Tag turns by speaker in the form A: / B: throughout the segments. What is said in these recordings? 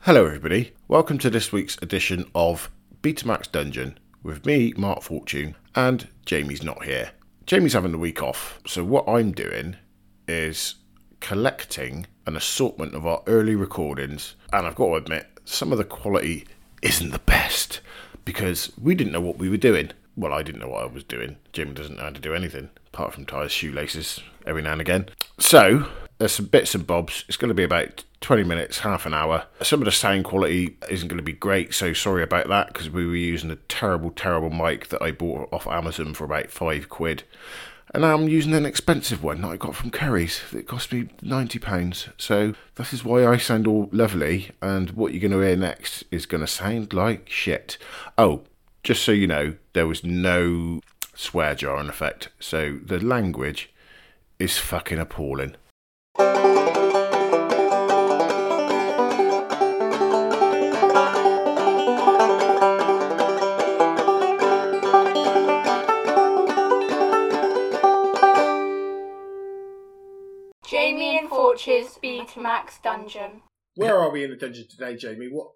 A: Hello, everybody. Welcome to this week's edition of Betamax Dungeon with me, Mark Fortune, and Jamie's not here. Jamie's having the week off, so what I'm doing is collecting an assortment of our early recordings, and I've got to admit, some of the quality isn't the best because we didn't know what we were doing. Well, I didn't know what I was doing. Jamie doesn't know how to do anything apart from tie his shoelaces every now and again. So, there's some bits and bobs. It's going to be about 20 minutes, half an hour. Some of the sound quality isn't going to be great, so sorry about that because we were using a terrible, terrible mic that I bought off Amazon for about five quid. And now I'm using an expensive one that I got from Curry's that cost me £90. So that is why I sound all lovely, and what you're going to hear next is going to sound like shit. Oh, just so you know, there was no swear jar in effect, so the language is fucking appalling.
B: Jamie and Fortune's Betamax Dungeon.
C: Where are we in the dungeon today, Jamie? What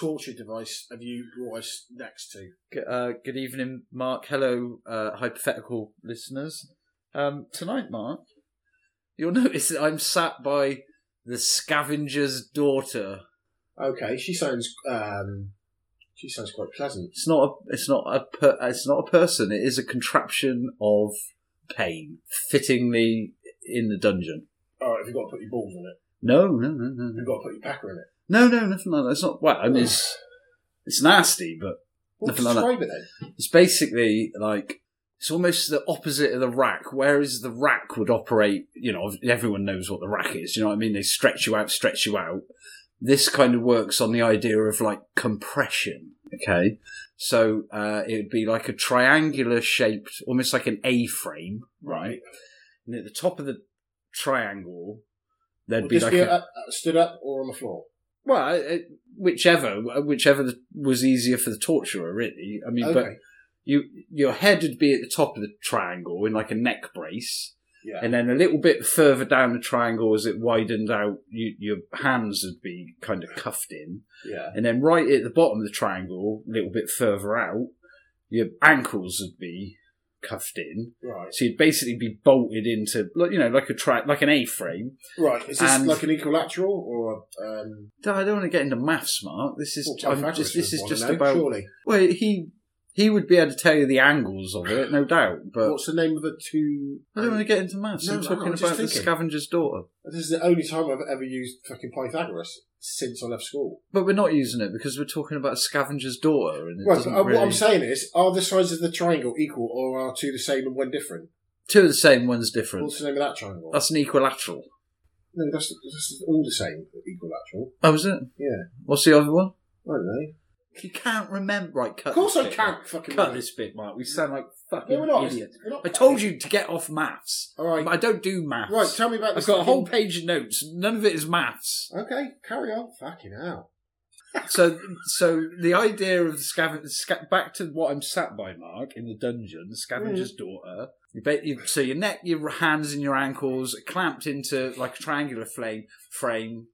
C: torture device have you brought us next to?
D: G- uh, good evening, Mark. Hello, uh, hypothetical listeners. Um, tonight, Mark, you'll notice that I'm sat by the scavenger's daughter.
C: Okay, she sounds um, she sounds quite pleasant.
D: It's not. A, it's not a. Per, it's not a person. It is a contraption of pain, fittingly in the dungeon.
C: All right, have you got to put your balls in it?
D: No, no, no, no, no,
C: You've got to put your packer in it.
D: no, no, nothing like that. It's not. Well, I mean, it's it's nasty, but
C: Well,
D: Nothing like that.
C: describe it then.
D: It's basically like it's almost the opposite of the rack. Whereas the rack would operate, you know, everyone knows what the rack is. You know what I mean? They stretch you out, stretch you out. This kind of works on the idea of like compression. Okay, so uh, it would be like a triangular shaped, almost like an A frame, right? And at the top of the triangle, there'd
C: Would
D: be
C: this
D: like
C: be
D: a,
C: up, uh, stood up or on the floor?
D: well, I- I- whichever, whichever was easier for the torturer, really. I mean, but
C: Okay,
D: you your head would be at the top of the triangle in like a neck brace,
C: yeah.
D: and then a little bit further down the triangle as it widened out, you, your hands would be kind of cuffed in,
C: yeah.
D: and then right at the bottom of the triangle, a little bit further out, your ankles would be cuffed in,
C: Right,
D: so you'd basically be bolted into, like, you know, like a tri- like an A-frame.
C: right. Is this
D: And-
C: like an equilateral or um?
D: I don't want to get into maths, Mark. This is
C: well,
D: I'm
C: Pythagoras
D: just, this
C: would
D: is
C: wanna
D: just
C: know,
D: about.
C: surely.
D: Well, he he would be able to tell you the angles of it, no doubt, but.
C: What's the name of the two?
D: uh, I don't want to get into maths.
C: No,
D: I'm
C: no,
D: talking
C: I'm
D: about
C: just
D: the
C: thinking.
D: scavenger's daughter.
C: This is the only time I've ever used fucking Pythagoras since I left school.
D: But we're not using it because we're talking about a scavenger's daughter. And it
C: Right,
D: doesn't
C: but, uh,
D: really...
C: what I'm saying is, are the sides of the triangle equal, or are two the same and one different?
D: Two of the same, one's different.
C: What's the name of that triangle?
D: That's an equilateral.
C: no, that's, that's all the same, equilateral.
D: Oh, is it?
C: Yeah,
D: What's the other one?
C: I don't know.
D: You can't remember. Right, cut
C: Of course
D: this
C: I
D: bit,
C: can't
D: Mark.
C: fucking
D: Cut
C: remember.
D: this bit, Mark. We sound like fucking
C: No, we're not.
D: idiots.
C: We're not
D: I told you to get off maths.
C: All right.
D: I don't do maths.
C: Right, tell me about
D: I've
C: this.
D: got a whole
C: fucking-
D: page of notes. None of it is maths.
C: Okay, carry on. Fucking hell.
D: so so the idea of the scavenger sca- back to what I'm sat by Mark in the dungeon, the scavenger's daughter. You bet you so your neck, your hands, and your ankles are clamped into like a triangular flame frame.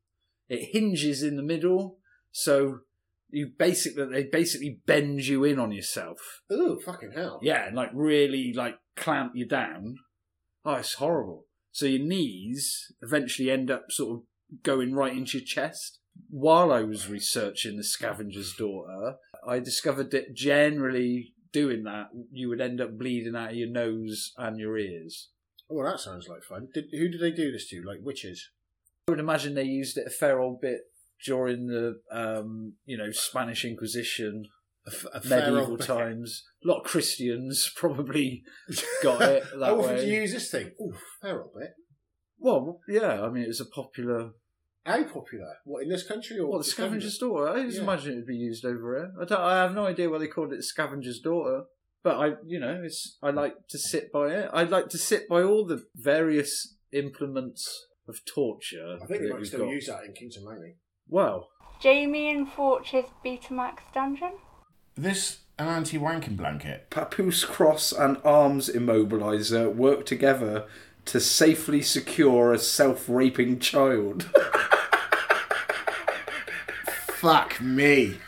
D: It hinges in the middle, so you basically they basically bend you in on yourself.
C: Ooh, fucking hell.
D: Yeah, and like really like clamp you down. Oh, it's horrible. So your knees eventually end up sort of going right into your chest. While I was researching the scavenger's daughter, I discovered that generally doing that, you would end up bleeding out of your nose and your ears.
C: Oh, well, that sounds like fun. Did, who did they do this to? Like witches?
D: I would imagine they used it a fair old bit during the, um, you know, Spanish Inquisition,
C: A f- a fair
D: medieval
C: old-
D: times. A lot of Christians probably got it that
C: How often
D: way.
C: do you use this thing? Ooh, fair old bit.
D: Well, yeah, I mean, it was a popular.
C: How popular? What, in this country or
D: What, the Scavenger's Daughter? I just
C: Yeah.
D: imagine it would be used over here. I, don't, I have no idea why they called it Scavenger's Daughter. But I, you know, it's I like to sit by it. I like to sit by all the various implements of torture.
C: I think they
D: that
C: might
D: we've
C: still
D: got.
C: use that in Kings and Langley.
D: Well,
B: Jamie and Fortune's Betamax Dungeon.
A: This an anti-wanking blanket.
D: Papoose Cross and Arms Immobilizer work together to safely secure a self-raping child.
C: Fuck me.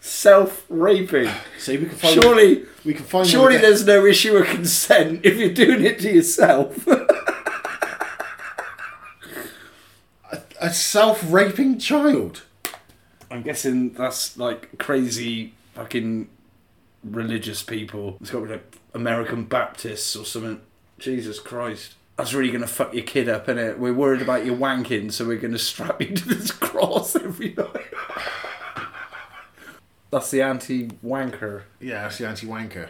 D: Self raping.
C: See, we can find.
D: Surely,
C: we can find.
D: surely
C: one that-
D: there's no issue of consent if you're doing it to yourself.
C: a self-raping child.
D: I'm guessing that's like crazy fucking religious people. It's got to be like American Baptists or something. Jesus Christ. That's really going to fuck your kid up, innit? We're worried about you wanking, so we're going to strap you to this cross every night. That's the anti wanker.
C: Yeah, that's the anti-wanker.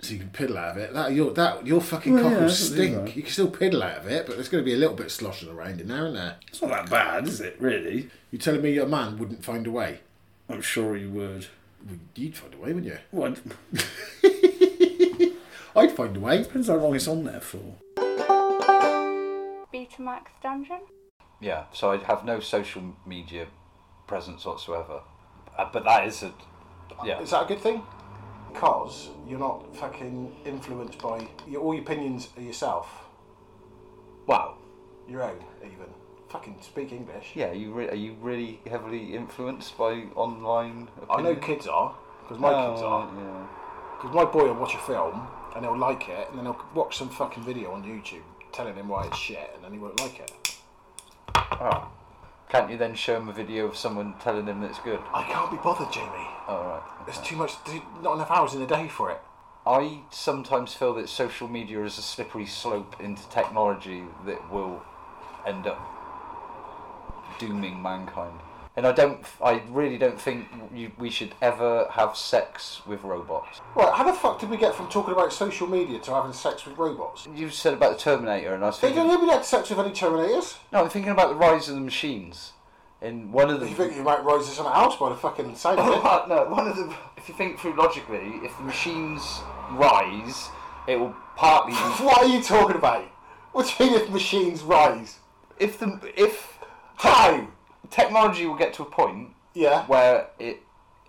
C: So you can piddle out of it. That your that your fucking cock
D: yeah,
C: will
D: that's what they
C: stink.
D: are.
C: You can still piddle out of it, but there's going to be a little bit sloshing around in there, isn't there?
D: It's not that bad, is it, really?
C: You're telling me your man wouldn't find a way?
D: I'm sure you would.
C: Well, You'd find a way, wouldn't you?
D: What?
C: I'd find a way.
D: Depends how long it's on there for.
B: Betamax Dungeon.
E: Yeah, so I have no social media presence whatsoever. Uh, But that is a. Yeah.
C: Is that a good thing? Because you're not fucking influenced by your, all your opinions are yourself,
E: Wow.
C: your own even. Fucking speak English.
E: Yeah, you re- are you really heavily influenced by online?
C: I know
E: opinion?
C: kids are because my
E: Oh,
C: kids are.
E: Yeah.
C: Because my boy will watch a film and he'll like it, and then he'll watch some fucking video on YouTube telling him why it's shit, and then he won't like it.
E: Oh. Can't you then show him a video of someone telling him that it's good?
C: I can't be bothered, Jamie.
E: All right.
C: There's too much, there's not enough hours in the day for it.
E: I sometimes feel that social media is a slippery slope into technology that will end up dooming mankind. And I don't, I really don't think you, we should ever have sex with robots.
C: Right, how the fuck did we get from talking about social media to having sex with robots?
E: You said about the Terminator, and I was
C: They don't
E: thinking,
C: even had sex with any Terminators.
E: no, I'm thinking about the rise of the machines. And one of the,
C: You think you might rise to something else by the fucking sound of it?
E: Well, no, one of the. If you think through logically, if the machines rise, it will partly. be-
C: What are you talking about? What do you mean if machines rise?
E: if the if
C: How?
E: technology will get to a point
C: Yeah,
E: where it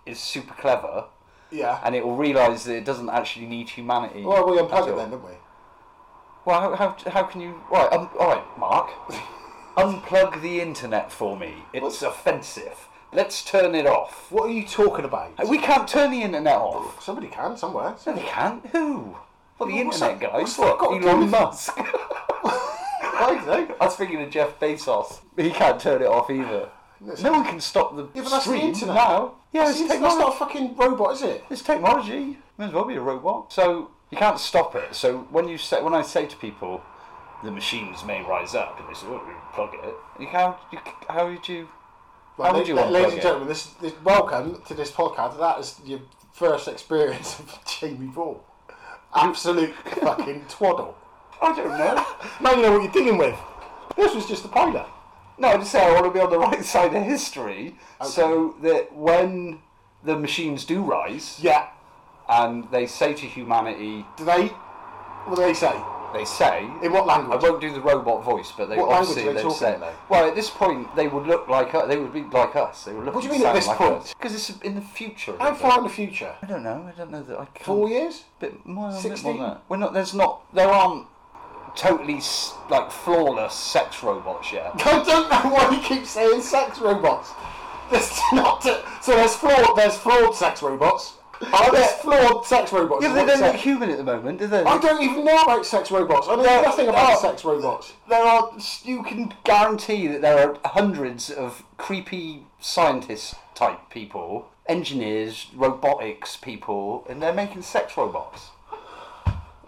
E: is super clever
C: yeah.
E: and it will realise that it doesn't actually need humanity.
C: well, we unplug
E: at
C: it
E: all.
C: then, don't we?
E: Well, how, how, how can you? Right, um, all right, Mark, unplug the internet for me. It's offensive. Let's turn it off.
C: What are you talking about?
E: We can't turn the internet off.
C: Somebody can somewhere.
E: No, they can't. Who? Well, the
C: What's
E: internet
C: that-
E: guys.
C: what's that got to
E: Elon
C: do with-
E: Musk.
C: I don't know.
E: I was thinking of Jeff Bezos. He can't turn it off either. No one can stop the
C: Yeah, but that's
E: stream
C: the internet.
E: now. Yeah,
C: that's,
E: it's
C: the internet. that's
E: technology.
C: not a fucking robot, is it?
E: It's technology. May as well be a robot. So you can't stop it. So when you say, when I say to people, the machines may rise up, and they say, "Oh, we plug it." You can't. You, c- how would you?
C: Right,
E: would
C: la-
E: you
C: la-
E: unplug
C: ladies
E: it?
C: and gentlemen, this, this welcome to this podcast. That is your first experience of Jamie Ball. Absolute fucking twaddle.
E: I don't know.
C: Now you know what you're dealing with. This was just the pilot.
E: no, I just say I want to be on the right side of history, so that when the machines do rise
C: Yeah.
E: and they say to humanity,
C: Do they? What do they say?
E: they say.
C: In what
E: I
C: language?
E: won't do the robot voice, but they
C: What language
E: obviously
C: are they
E: would
C: talking
E: say.
C: in, though?
E: Well, at this point, they would look like us. They would be like us. They would look.
C: What do you
E: and
C: mean at
E: sound
C: this
E: like
C: point?
E: Because it's in the future.
C: How
E: isn't it?
C: far in the future?
E: I don't know. I don't know that I can.
C: Four years?
E: Bit more. a Bit more
C: 16?
E: than that. We're not. There's not. There aren't totally s- like flawless sex robots yet.
C: I don't know why you keep saying sex robots. There's not so there's flawed there's flawed sex robots. Are there flawed sex robots?
E: Yeah,
C: is
E: but
C: what
E: they
C: it's
E: don't look
C: saying.
E: human at the moment, do they?
C: I don't even know about sex robots. I know
E: Yeah,
C: nothing about
E: oh.
C: sex robots.
E: There are. You can guarantee that there are hundreds of creepy scientist type people, engineers, robotics people, and they're making sex robots.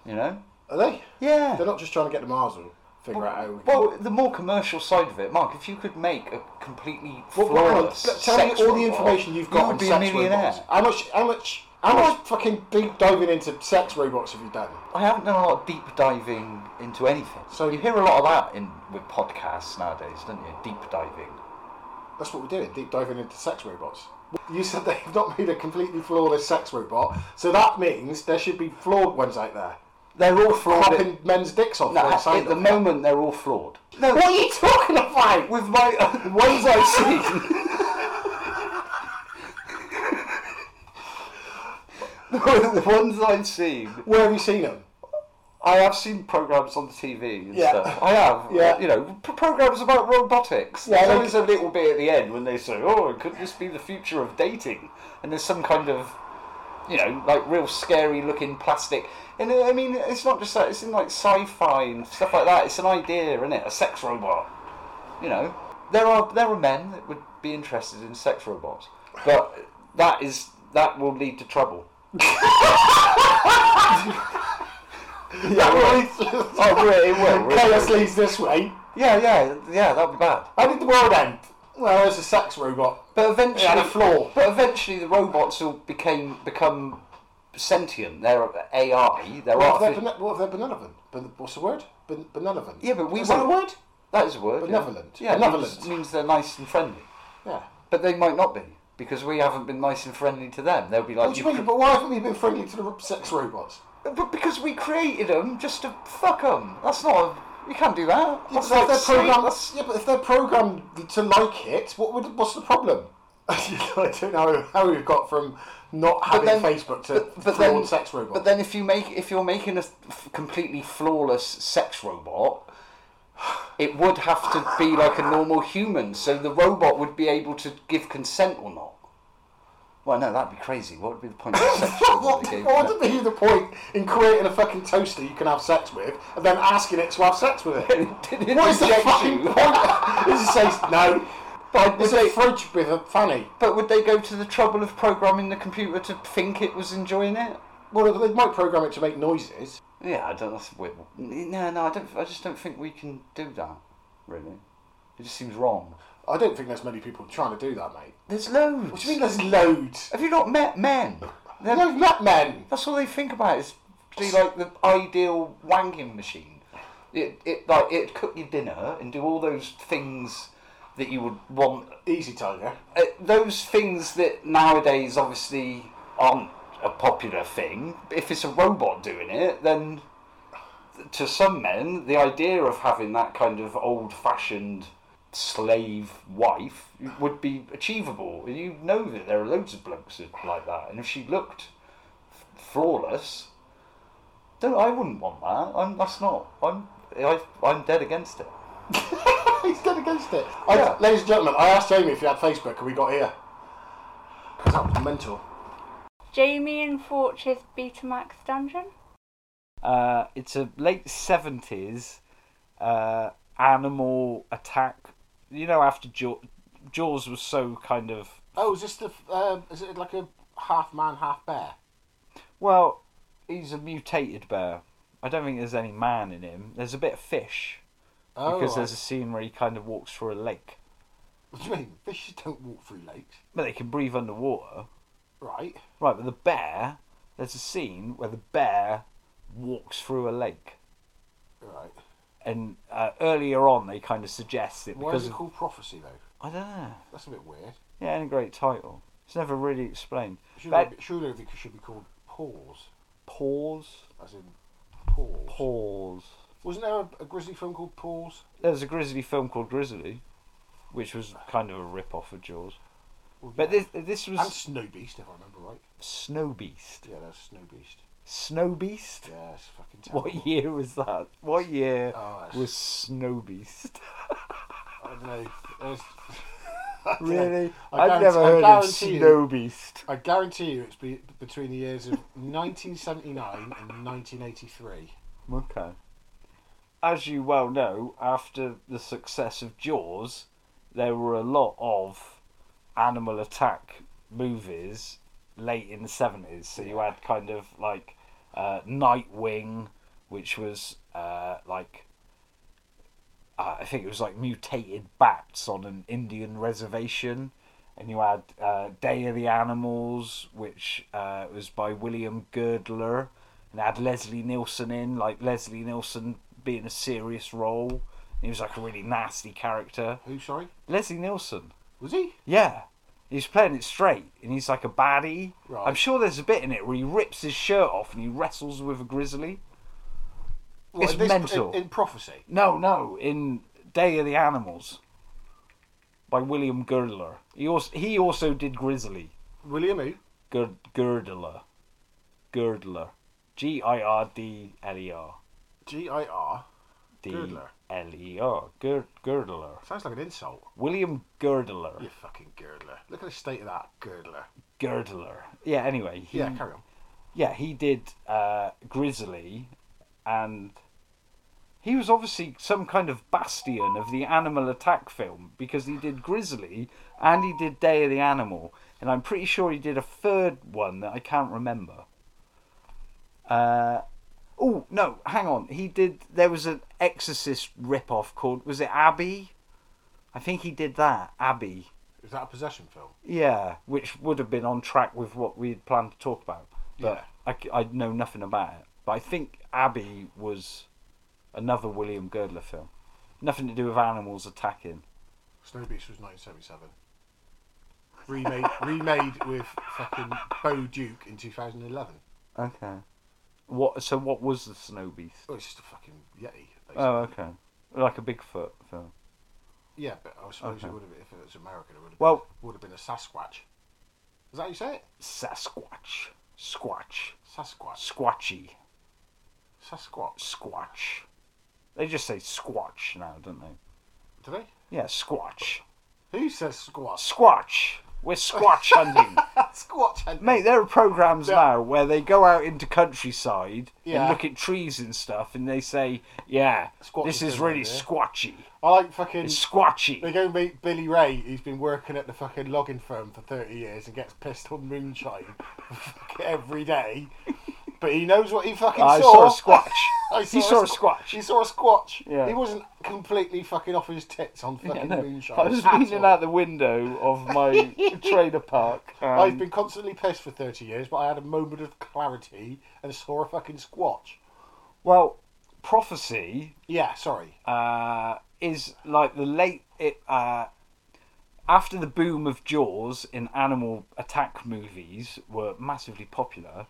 E: You know?
C: Are they?
E: Yeah.
C: They're not just trying to get to Mars and figure out how. We can...
E: Well, the more commercial side of it, Mark, if you could make a completely
C: Well, well, hang on,
E: flawless
C: tell me
E: sex
C: all the
E: robot,
C: information you've got
E: you would
C: on
E: be
C: sex
E: a millionaire.
C: robots. How much? How much? How much fucking deep diving into sex robots have you done?
E: I haven't done a lot of deep diving into anything.
C: So-
E: So you hear a lot of that in with podcasts nowadays, don't you? Deep diving.
C: That's what we're doing. Deep diving into sex robots. You said they've not made a completely flawless sex robot, so that means there should be flawed ones out there.
E: They're all flawed.
C: Clapping men's dicks off.
E: No,
C: when they
E: at
C: sign
E: at the
C: them.
E: moment they're all flawed. No,
C: What are you talking about?
E: with my the ones I've seen. the ones I've seen.
C: Where have you seen them?
E: I
F: I have seen programs on the TV and
C: Yeah.
F: stuff. I have.
C: Yeah.
F: You know, p- programs about robotics.
C: Yeah,
F: there's
C: like-
F: always a little bit at the end when they say, "Oh, could this be the future of dating?" And there's some kind of, you know, like real scary-looking plastic. And uh, I mean, it's not just that. It's in like sci-fi and stuff like that. It's an idea, isn't it? A sex robot. You know, there are there are men that would be interested in sex robots, but that is that will lead to trouble. Yeah, right. oh, really? It will, really.
C: Chaos leads this way.
F: Yeah, yeah, yeah. That'd be bad.
C: How did the world end? Well, there's a sex robot.
F: But eventually,
C: had a flaw.
F: But eventually, the robots will became become sentient. They're AI. They're
C: What if
F: artificial.
C: they're, bene- what if they're benevolent? Ben- what's the word? Ben- benevolent.
F: yeah, but we
C: Is
F: won't.
C: that a word?
F: That is a word. yeah.
C: Benevolent.
F: Yeah, it
C: Benevolent.
F: Means, means they're nice and friendly.
C: Yeah.
F: But they might not be because we haven't been nice and friendly to them. They'll be like,
C: What do you mean? But why haven't we been friendly to the ro- sex robots?
F: But because we created them just to fuck them. That's not. A, you can't do that.
C: Yeah,
F: That's
C: but
F: like
C: if they're
F: saying-
C: programmed,
F: that's-
C: yeah, but if they're programmed to like it, what would, what's the problem? I don't know how we've got from not having Facebook to
F: but- but
C: full-on
F: then-
C: sex robot.
F: But then, if you make if you're making a f- completely flawless sex robot, it would have to be like a normal human. So the robot would be able to give consent or not. Well, no, that'd be crazy. What would be the point of a sex robot?
C: what, Oh,
F: that gave
C: what
F: consent?
C: would be the point in creating a fucking toaster you can have sex with and then asking it to have sex with it?
F: Did it
C: what is the
F: reject
C: fucking
F: you?
C: point? It just says no.
F: But would
C: It's a
F: they,
C: fridge with a fanny.
F: but would they go to the trouble of programming the computer to think it was enjoying it?
C: Well, they might program it to make noises.
F: Yeah, I don't. That's weird. No, no, I don't. I just don't think we can do that. Really, it just seems wrong.
C: I don't think there's many people trying to do that, mate.
F: There's loads.
C: What do you mean there's loads?
F: Have you not met men? They're-
C: No, not men.
F: That's all they think about is be like the ideal wanking machine. It, it like it cook your dinner and do all those things that you would want.
C: Easy tiger.
F: Uh, those things that nowadays obviously aren't a popular thing. If it's a robot doing it, then to some men, the idea of having that kind of old-fashioned slave wife would be achievable. And you know that there are loads of blokes that are like that. And if she looked flawless. Don't I wouldn't want that. I'm that's not. I'm I, I'm dead against it.
C: He's dead against it. I,
F: Yeah.
C: Ladies and gentlemen, I asked Jamie if he had Facebook and we got here. 'Cause that was mental.
B: Jamie and Forge's Betamax dungeon.
E: Uh, it's a late seventies uh, animal attack. You know, after Jaw- Jaws was so kind of
C: Oh, is this the? Uh, is it like a half man, half bear?
E: well, he's a mutated bear. I don't think there's any man in him. There's a bit of fish
C: Oh,
E: because
C: I-
E: there's a scene where he kind of walks through a lake,
C: What do you mean? Fishes don't walk through lakes,
E: but they can breathe underwater.
C: right?
E: Right, but the bear. There's a scene where the bear walks through a lake,
C: Right.
E: and uh, earlier on they kind of suggest it
C: Why
E: because
C: is it
E: of-
C: called prophecy though?
E: I don't know.
C: That's a bit weird.
E: Yeah, and a great title. It's never really explained.
C: Surely,
E: But
C: surely it should be called pause,
E: pause,
C: as in pause.
E: pause.
C: Wasn't there a, a grizzly film called Pause?
E: There was a Grizzly film called Grizzly, which was kind of a rip-off of Jaws.
C: Well,
E: But
C: yeah.
E: this this
C: and
E: was
C: Snow Beast, if I remember right.
E: Snow Beast.
C: Yeah, that's Snow Beast.
E: Snow Beast.
C: Yeah, it's fucking terrible.
E: What year was that? What year
C: Oh, that's-
E: was Snow Beast?
C: I don't know. There's-
E: really?
C: I
E: I've never
C: guarantee-
E: heard
C: I
E: of
C: guarantee you-
E: Snow Beast.
C: I guarantee you it's be, between the years of 1979 and 1983.
E: Okay. As you well know, after the success of Jaws, there were a lot of animal attack movies late in the 70s. So you had kind of like uh, Nightwing, which was uh, like. Uh, I think it was like mutated bats on an Indian reservation. And you had uh, Day of the Animals, which uh, was by William Girdler, and had Leslie Nielsen in, like Leslie Nielsen being a serious role. And he was like a really nasty character.
C: Who, sorry?
E: Leslie Nielsen,
C: Was he?
E: yeah. He's playing it straight, and he's like a baddie.
C: Right.
E: I'm sure there's a bit in it where he rips his shirt off and he wrestles with a grizzly.
C: What,
E: It's
C: in this-
E: mental.
C: In, in prophecy.
E: No, no, in Day of the Animals by William Girdler. He also he also did Grizzly.
C: William who?
E: Gir- Girdler. Girdler. G I R D L E R.
C: G I R.
E: D
C: Girdler.
E: L E R. Gir- Girdler.
C: Sounds like an insult.
E: William Girdler.
C: You fucking girdler. Look at the state of that girdler.
E: Girdler. Yeah. Anyway, he,
C: Yeah, carry on.
E: yeah, he did uh, Grizzly, and he was obviously some kind of bastion of the animal attack film because he did Grizzly and he did Day of the Animal, and I'm pretty sure he did a third one that I can't remember. Uh, oh no, hang on, he did. There was an Exorcist rip-off called was it Abbey? I think he did that Abbey.
C: Is that a possession film?
E: Yeah, which would have been on track with what we had planned to talk about. But I, I know nothing about it. But I think Abbey was another William Girdler film. Nothing to do with animals attacking.
C: Snow Beast was 1977. Remade, remade with fucking Bo Duke in 2011.
E: Okay. What? So what was the Snow Beast?
C: Oh, it's just a fucking Yeti. basically.
E: Oh, okay. Like a Bigfoot film.
C: yeah, but I suppose
E: okay.
C: it would have been, if it was American, it would have,
E: Well-
C: would have been a Sasquatch. Is that how you say it?
E: Sasquatch. Squatch.
C: Sasquatch.
E: Squatchy.
C: Sasquatch.
E: Squatch. They just say squatch now, don't they?
C: Do they?
E: Yeah, squatch.
C: Who says squatch?
E: Squatch. We're squatch hunting.
C: squatch. Henry.
E: Mate, there are programs
C: Yeah.
E: now where they go out into countryside and
C: Yeah.
E: look at trees and stuff, and they say, "Yeah,
C: Squatch
E: this
C: is
E: is
C: good
E: really
C: idea."
E: squatchy.
C: I like fucking.
E: It's
C: They
E: squatchy."
C: go meet Billy Ray, who's been working at the fucking logging firm for 30 years and gets pissed on moonshine fucking every day. But he knows what he fucking
E: I
C: saw.
E: saw a squatch.
C: I
E: He saw a
C: squ-
E: squatch.
C: He saw a squatch.
E: Yeah.
C: He wasn't completely fucking off his tits on
E: Yeah,
C: fucking
E: no.
C: moonshine.
E: I was
C: at
E: leaning
C: all.
E: out the window of my trailer park. and-
C: I've been constantly pissed for 30 years, but I had a moment of clarity and saw a fucking squatch.
E: um, Well, prophecy
C: Yeah, sorry.
E: uh, is like the late it, uh, after the boom of Jaws in animal attack movies were massively popular.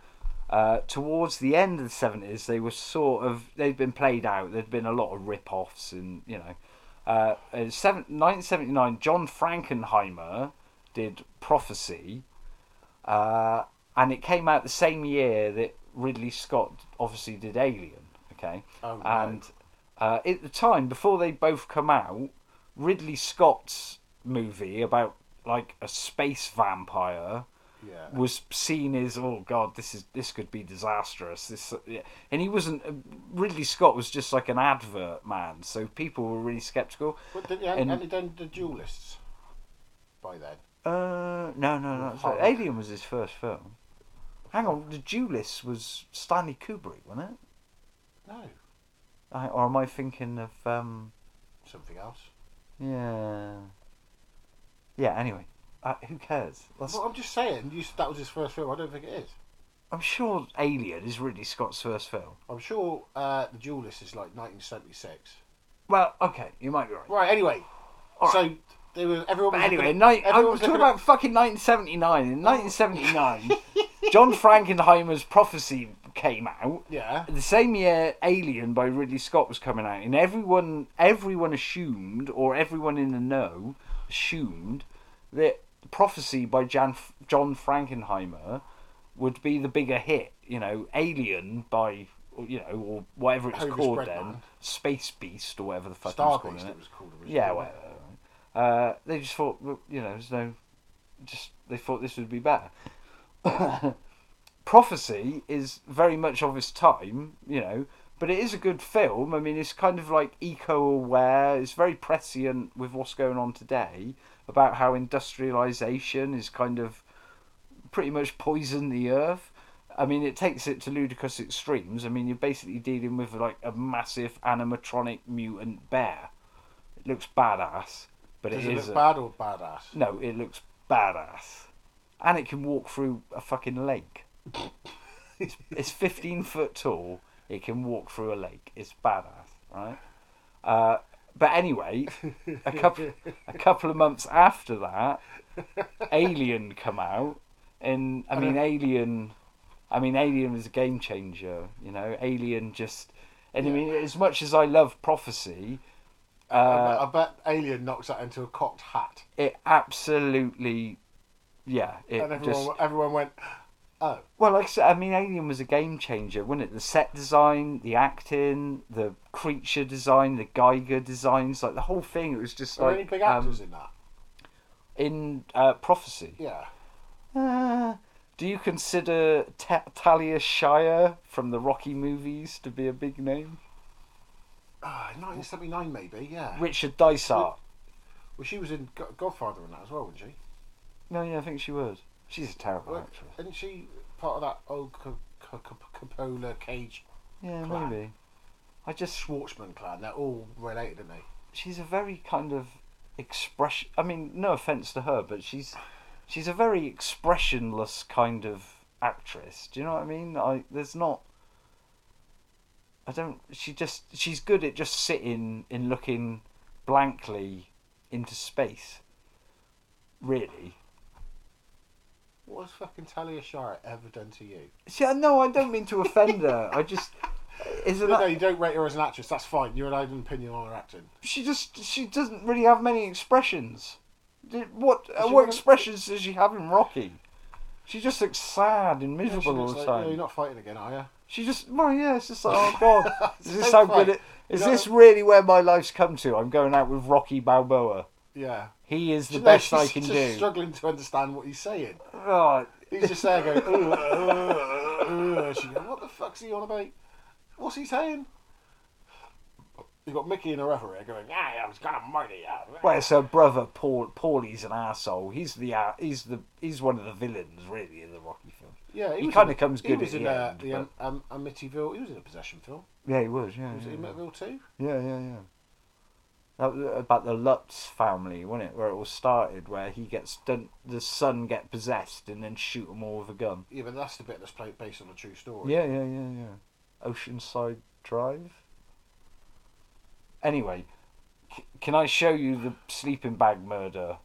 E: Uh, towards the end of the seventies, they were sort of they'd been played out. There'd been a lot of rip-offs, and you know, uh, in seven, 1979, John Frankenheimer did Prophecy, uh, and it came out the same year that Ridley Scott obviously did Alien. Okay,
C: Oh, right.
E: and uh, at the time before they both come out, Ridley Scott's movie about like a space vampire
C: Yeah.
E: was seen as oh god this is this could be disastrous this yeah. and he wasn't uh, Ridley Scott was just like an advert man so people were really skeptical
C: But did, had,
E: And-
C: had he done the duelists by then?
E: uh no no no so
C: Horror.
E: Alien was his first film hang on the Duelist was Stanley Kubrick wasn't it
C: No.
E: I, or am I thinking of um
C: Something else.
E: yeah yeah anyway uh, who cares That's-
C: Well, I'm just saying, you, said that was his first film. I don't think it is.
E: I'm sure Alien is Ridley Scott's first film
C: I'm sure uh, The Duelist is like 1976.
E: well okay you might be right
C: Right, anyway.
E: All
C: so, there was, everyone
E: But
C: was
E: anyway,
C: looking
E: ni-
C: at-
E: I'm
C: everyone was
E: talking
C: looking at- Oh.
E: about fucking 1979. In 1979, John Frankenheimer's Prophecy came out.
C: Yeah.
E: The same year, Alien by Ridley Scott was coming out, and everyone, everyone assumed, or everyone in the know, assumed that Prophecy by Jan- John Frankenheimer would be the bigger hit. You know, Alien by you know, or whatever it's
C: Hovis
E: called
C: Breadman.
E: then, Space Beast or whatever the fuck it was
C: Star
E: called.
C: Beast,
E: isn't
C: it
E: it?
C: was called originally.
E: Yeah, well, uh, they just thought, well, you know, there's no, just they thought this would be better. Prophecy is very much of its time, you know, but it is a good film. I mean, it's kind of like eco-aware. It's very prescient with what's going on today about how industrialization is kind of pretty much poison the earth. I mean, it takes it to ludicrous extremes. I mean, you're basically dealing with like a massive animatronic mutant bear. It looks badass, but
C: Does
E: it
C: it
E: is
C: look
E: a-
C: bad or badass?
E: no, it looks badass, and it can walk through a fucking lake. it's, it's 15 foot tall. It can walk through a lake. It's badass, right? Uh, but anyway, a couple a couple of months after that, Alien come out, and I mean Alien, I mean Alien was a game changer. You know, Alien just, and I mean as much as I love Prophecy, Uh,
C: I, bet, I bet Alien knocks that into a cocked hat.
E: it absolutely, yeah, it
C: And everyone,
E: just
C: everyone went, Oh,
E: Well, like I said, I mean, Alien was a game changer, wasn't it? The set design, the acting, the creature design, the Geiger designs, like the whole thing. It was just
C: are there
E: like
C: any big
E: um,
C: actors in that?
E: in uh, Prophecy.
C: Yeah.
E: Uh,
C: Ah.
E: do you consider Ta- Talia Shire from the Rocky movies to be a big name?
C: Ah, 1979 maybe. Yeah.
E: Richard Dysart.
C: Well, she was in Go- Godfather and that as well, wasn't she?
E: No, yeah, I think she was. She's a terrible
C: Well,
E: actress.
C: Isn't she part of that old C- C- C- Coppola Cage
E: Yeah,
C: Crap.
E: maybe. I just
C: Schwartzman clan? They're all related, aren't they?
E: she's a very kind of expression. I mean, no offense to her, but she's she's a very expressionless kind of actress. Do you know what I mean? I there's not. I don't. She just she's good at just sitting and looking blankly into space. Really.
C: What has fucking Talia Shire ever done to you?
E: See, I- no, I don't mean to offend her. I just isn't
C: No, no, you don't rate her as an actress. That's fine. You're allowed an opinion on her acting.
E: she just she doesn't really have many expressions. Did- What uh,
C: she
E: what
C: one of-
E: expressions does she have in Rocky? She just looks sad and
C: Yeah, she
E: miserable all
C: looks
E: the
C: like,
E: time.
C: "No, you're not fighting again, are you?
E: She just well yeah, it's just like oh god, is this how good? It, is
C: No.
E: this really where my life's come to? I'm going out with Rocky Balboa.
C: Yeah.
E: He is the
C: No,
E: best
C: she's
E: I can
C: just
E: do.
C: struggling to understand what he's saying.
E: Oh,
C: He's just there going, uh, "Ugh, ugh, ugh." uh, she goes, what the fuck's he on about? What's he saying? You've got Mickey and her other ear going, "Ah, yeah, I was going to murder you.
E: well, it's her brother Paul. Paulie's an asshole. He's the uh, he's the he's one of the villains really in the Rocky film.
C: yeah,
E: he
C: was
E: kinda
C: in-
E: comes
C: He
E: good
C: was
E: at
C: in
E: the
C: uh,
E: end,
C: the um, um, Amityville. He was in a possession film.
E: Yeah, he was. Yeah,
C: Was
E: yeah,
C: it
E: yeah.
C: Amityville too?
E: Yeah, yeah, yeah. That was about the Lutz family, wasn't it? Where it all started, where he gets done, the son get possessed and then shoot them all with a gun.
C: Yeah, but that's the bit that's played based on a true story.
E: Yeah, yeah, yeah, yeah. Oceanside Drive. Anyway, c- can I show you the sleeping bag murder?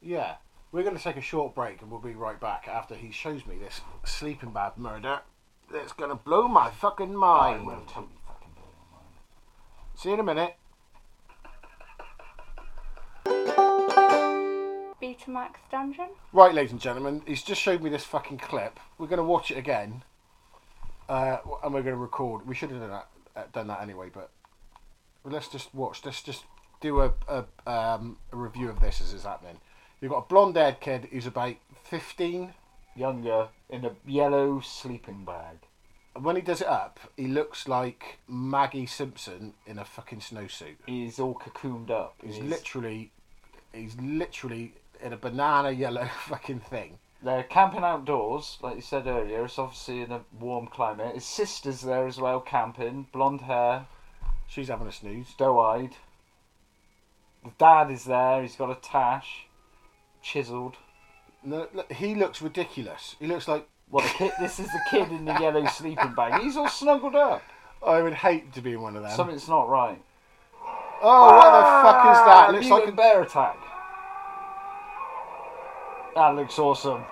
C: Yeah. We're going to take a short break and we'll be right back after he shows me this sleeping bag murder that's going to blow my fucking mind. See you in a minute.
B: Betamax Dungeon.
C: Right, ladies and gentlemen, he's just showed me this fucking clip. We're going to watch it again, uh, w- and we're going to record. We should have done that, uh, done that anyway, but let's just watch. Let's just do a, a, um, a review of this as it's happening. You've got a blonde-haired kid who's about fifteen,
E: Younger in a yellow sleeping bag.
C: and when he does it up, he looks like Maggie Simpson in a fucking snowsuit.
E: He's all cocooned up.
C: He's literally, he's literally in a banana yellow fucking thing.
E: They're camping outdoors, like you said earlier. It's obviously in a warm climate. His sister's there as well, camping. Blonde hair,
C: She's having a snooze.
E: doe eyed. The dad is there. He's got a tash, chiseled.
C: No, look, he looks ridiculous. He looks like
E: What the kid? this is the kid in the yellow sleeping bag. He's all snuggled up.
C: I would hate to be one of them.
E: Something's not right.
C: Oh, what the fuck is that?
E: Ah,
C: looks
E: Mutant
C: like a...
E: bear attack. That looks awesome.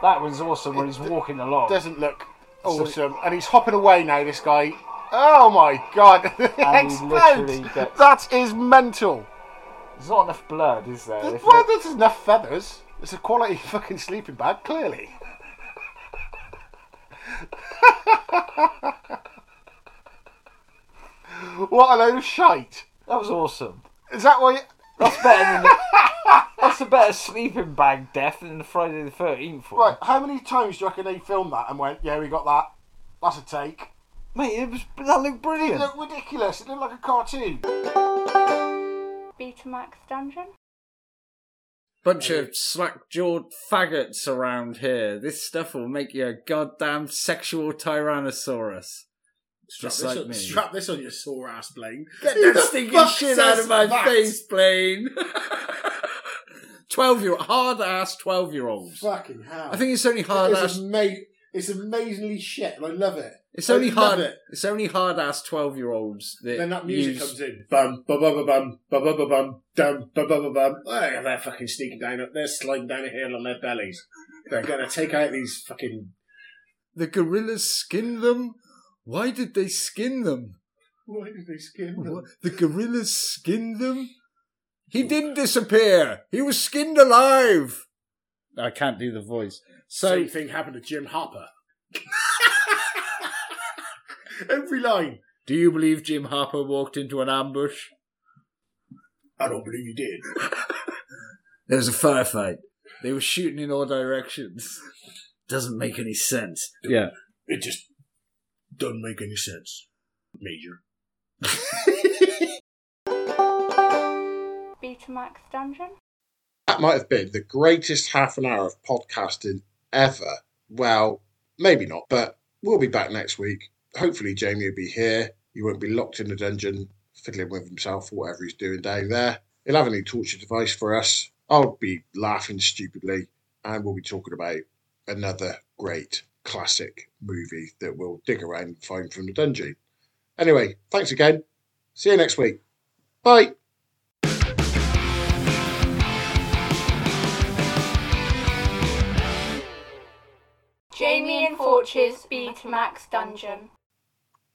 E: That was awesome when he's walking along.
C: doesn't look
E: Oh,
C: awesome, and he's hopping away now. This guy. Oh my god!
E: And he literally
C: Explodes.
E: gets-
C: That is mental.
E: There's not enough blood, is there? If
C: Well, this is enough feathers. It's a quality fucking sleeping bag, clearly. what a load of shite!
E: that- that was awesome.
C: Is that why?
E: That's better than the, that's a better sleeping bag death than the Friday the Thirteenth one.
C: Right, how many times do you reckon they filmed that and went, "Yeah, we got that. That's a take."
E: mate, it was that looked
C: It
E: brilliant.
C: looked ridiculous. It looked like a cartoon.
B: Betamax Dungeon.
D: Bunch of slack jawed faggots around here. This stuff will make you a goddamn sexual tyrannosaurus.
G: Strap,
D: Just
G: this,
D: like
G: on,
D: me.
G: strap this on your sore ass plane.
D: Get
G: Who the
D: that stinking
G: fuck
D: shit out
G: says
D: of my
G: that?
D: face, Blaine! 12 year hard ass 12 year olds.
G: Fucking hell.
D: I think it's only hard
G: it's,
D: ass.
G: ama- it's amazingly shit, and I love it.
D: It's
G: I
D: only
G: love
D: hard.
G: it.
D: It's only hard ass 12 year olds that.
G: Then that music
D: use-
G: comes in. Bum, bum, bum, bum, bum, bum, bum, bum, bum, dum, bum, bum, bum, bum. Oh, yeah, they're fucking sneaking down. They're sliding down a hill on their bellies. They're going to take out these fucking.
D: The gorillas skin them? Why did they skin them?
G: Why did they skin them?
D: What? The gorillas skinned them? He didn't disappear. He was skinned alive. I can't do the voice. So
H: Same thing happened to Jim Harper. Every line.
D: do you believe Jim Harper walked into an ambush?
H: I don't believe you did.
I: There was a firefight. They were shooting in all directions. Doesn't make any sense.
D: Yeah.
H: It just doesn't make any sense, Major.
B: Betamax Dungeon.
C: That might have been the greatest half an hour of podcasting ever. Well, maybe not, but we'll be back next week. Hopefully, Jamie will be here. He won't be locked in the dungeon, fiddling with himself or whatever he's doing down there. He'll have a new torture device for us. I'll be laughing stupidly, and we'll be talking about another great classic movie that we'll dig around and find from the dungeon. Anyway, thanks again. See you next week. Bye.
B: Jamie and Fortune's Betamax Dungeon.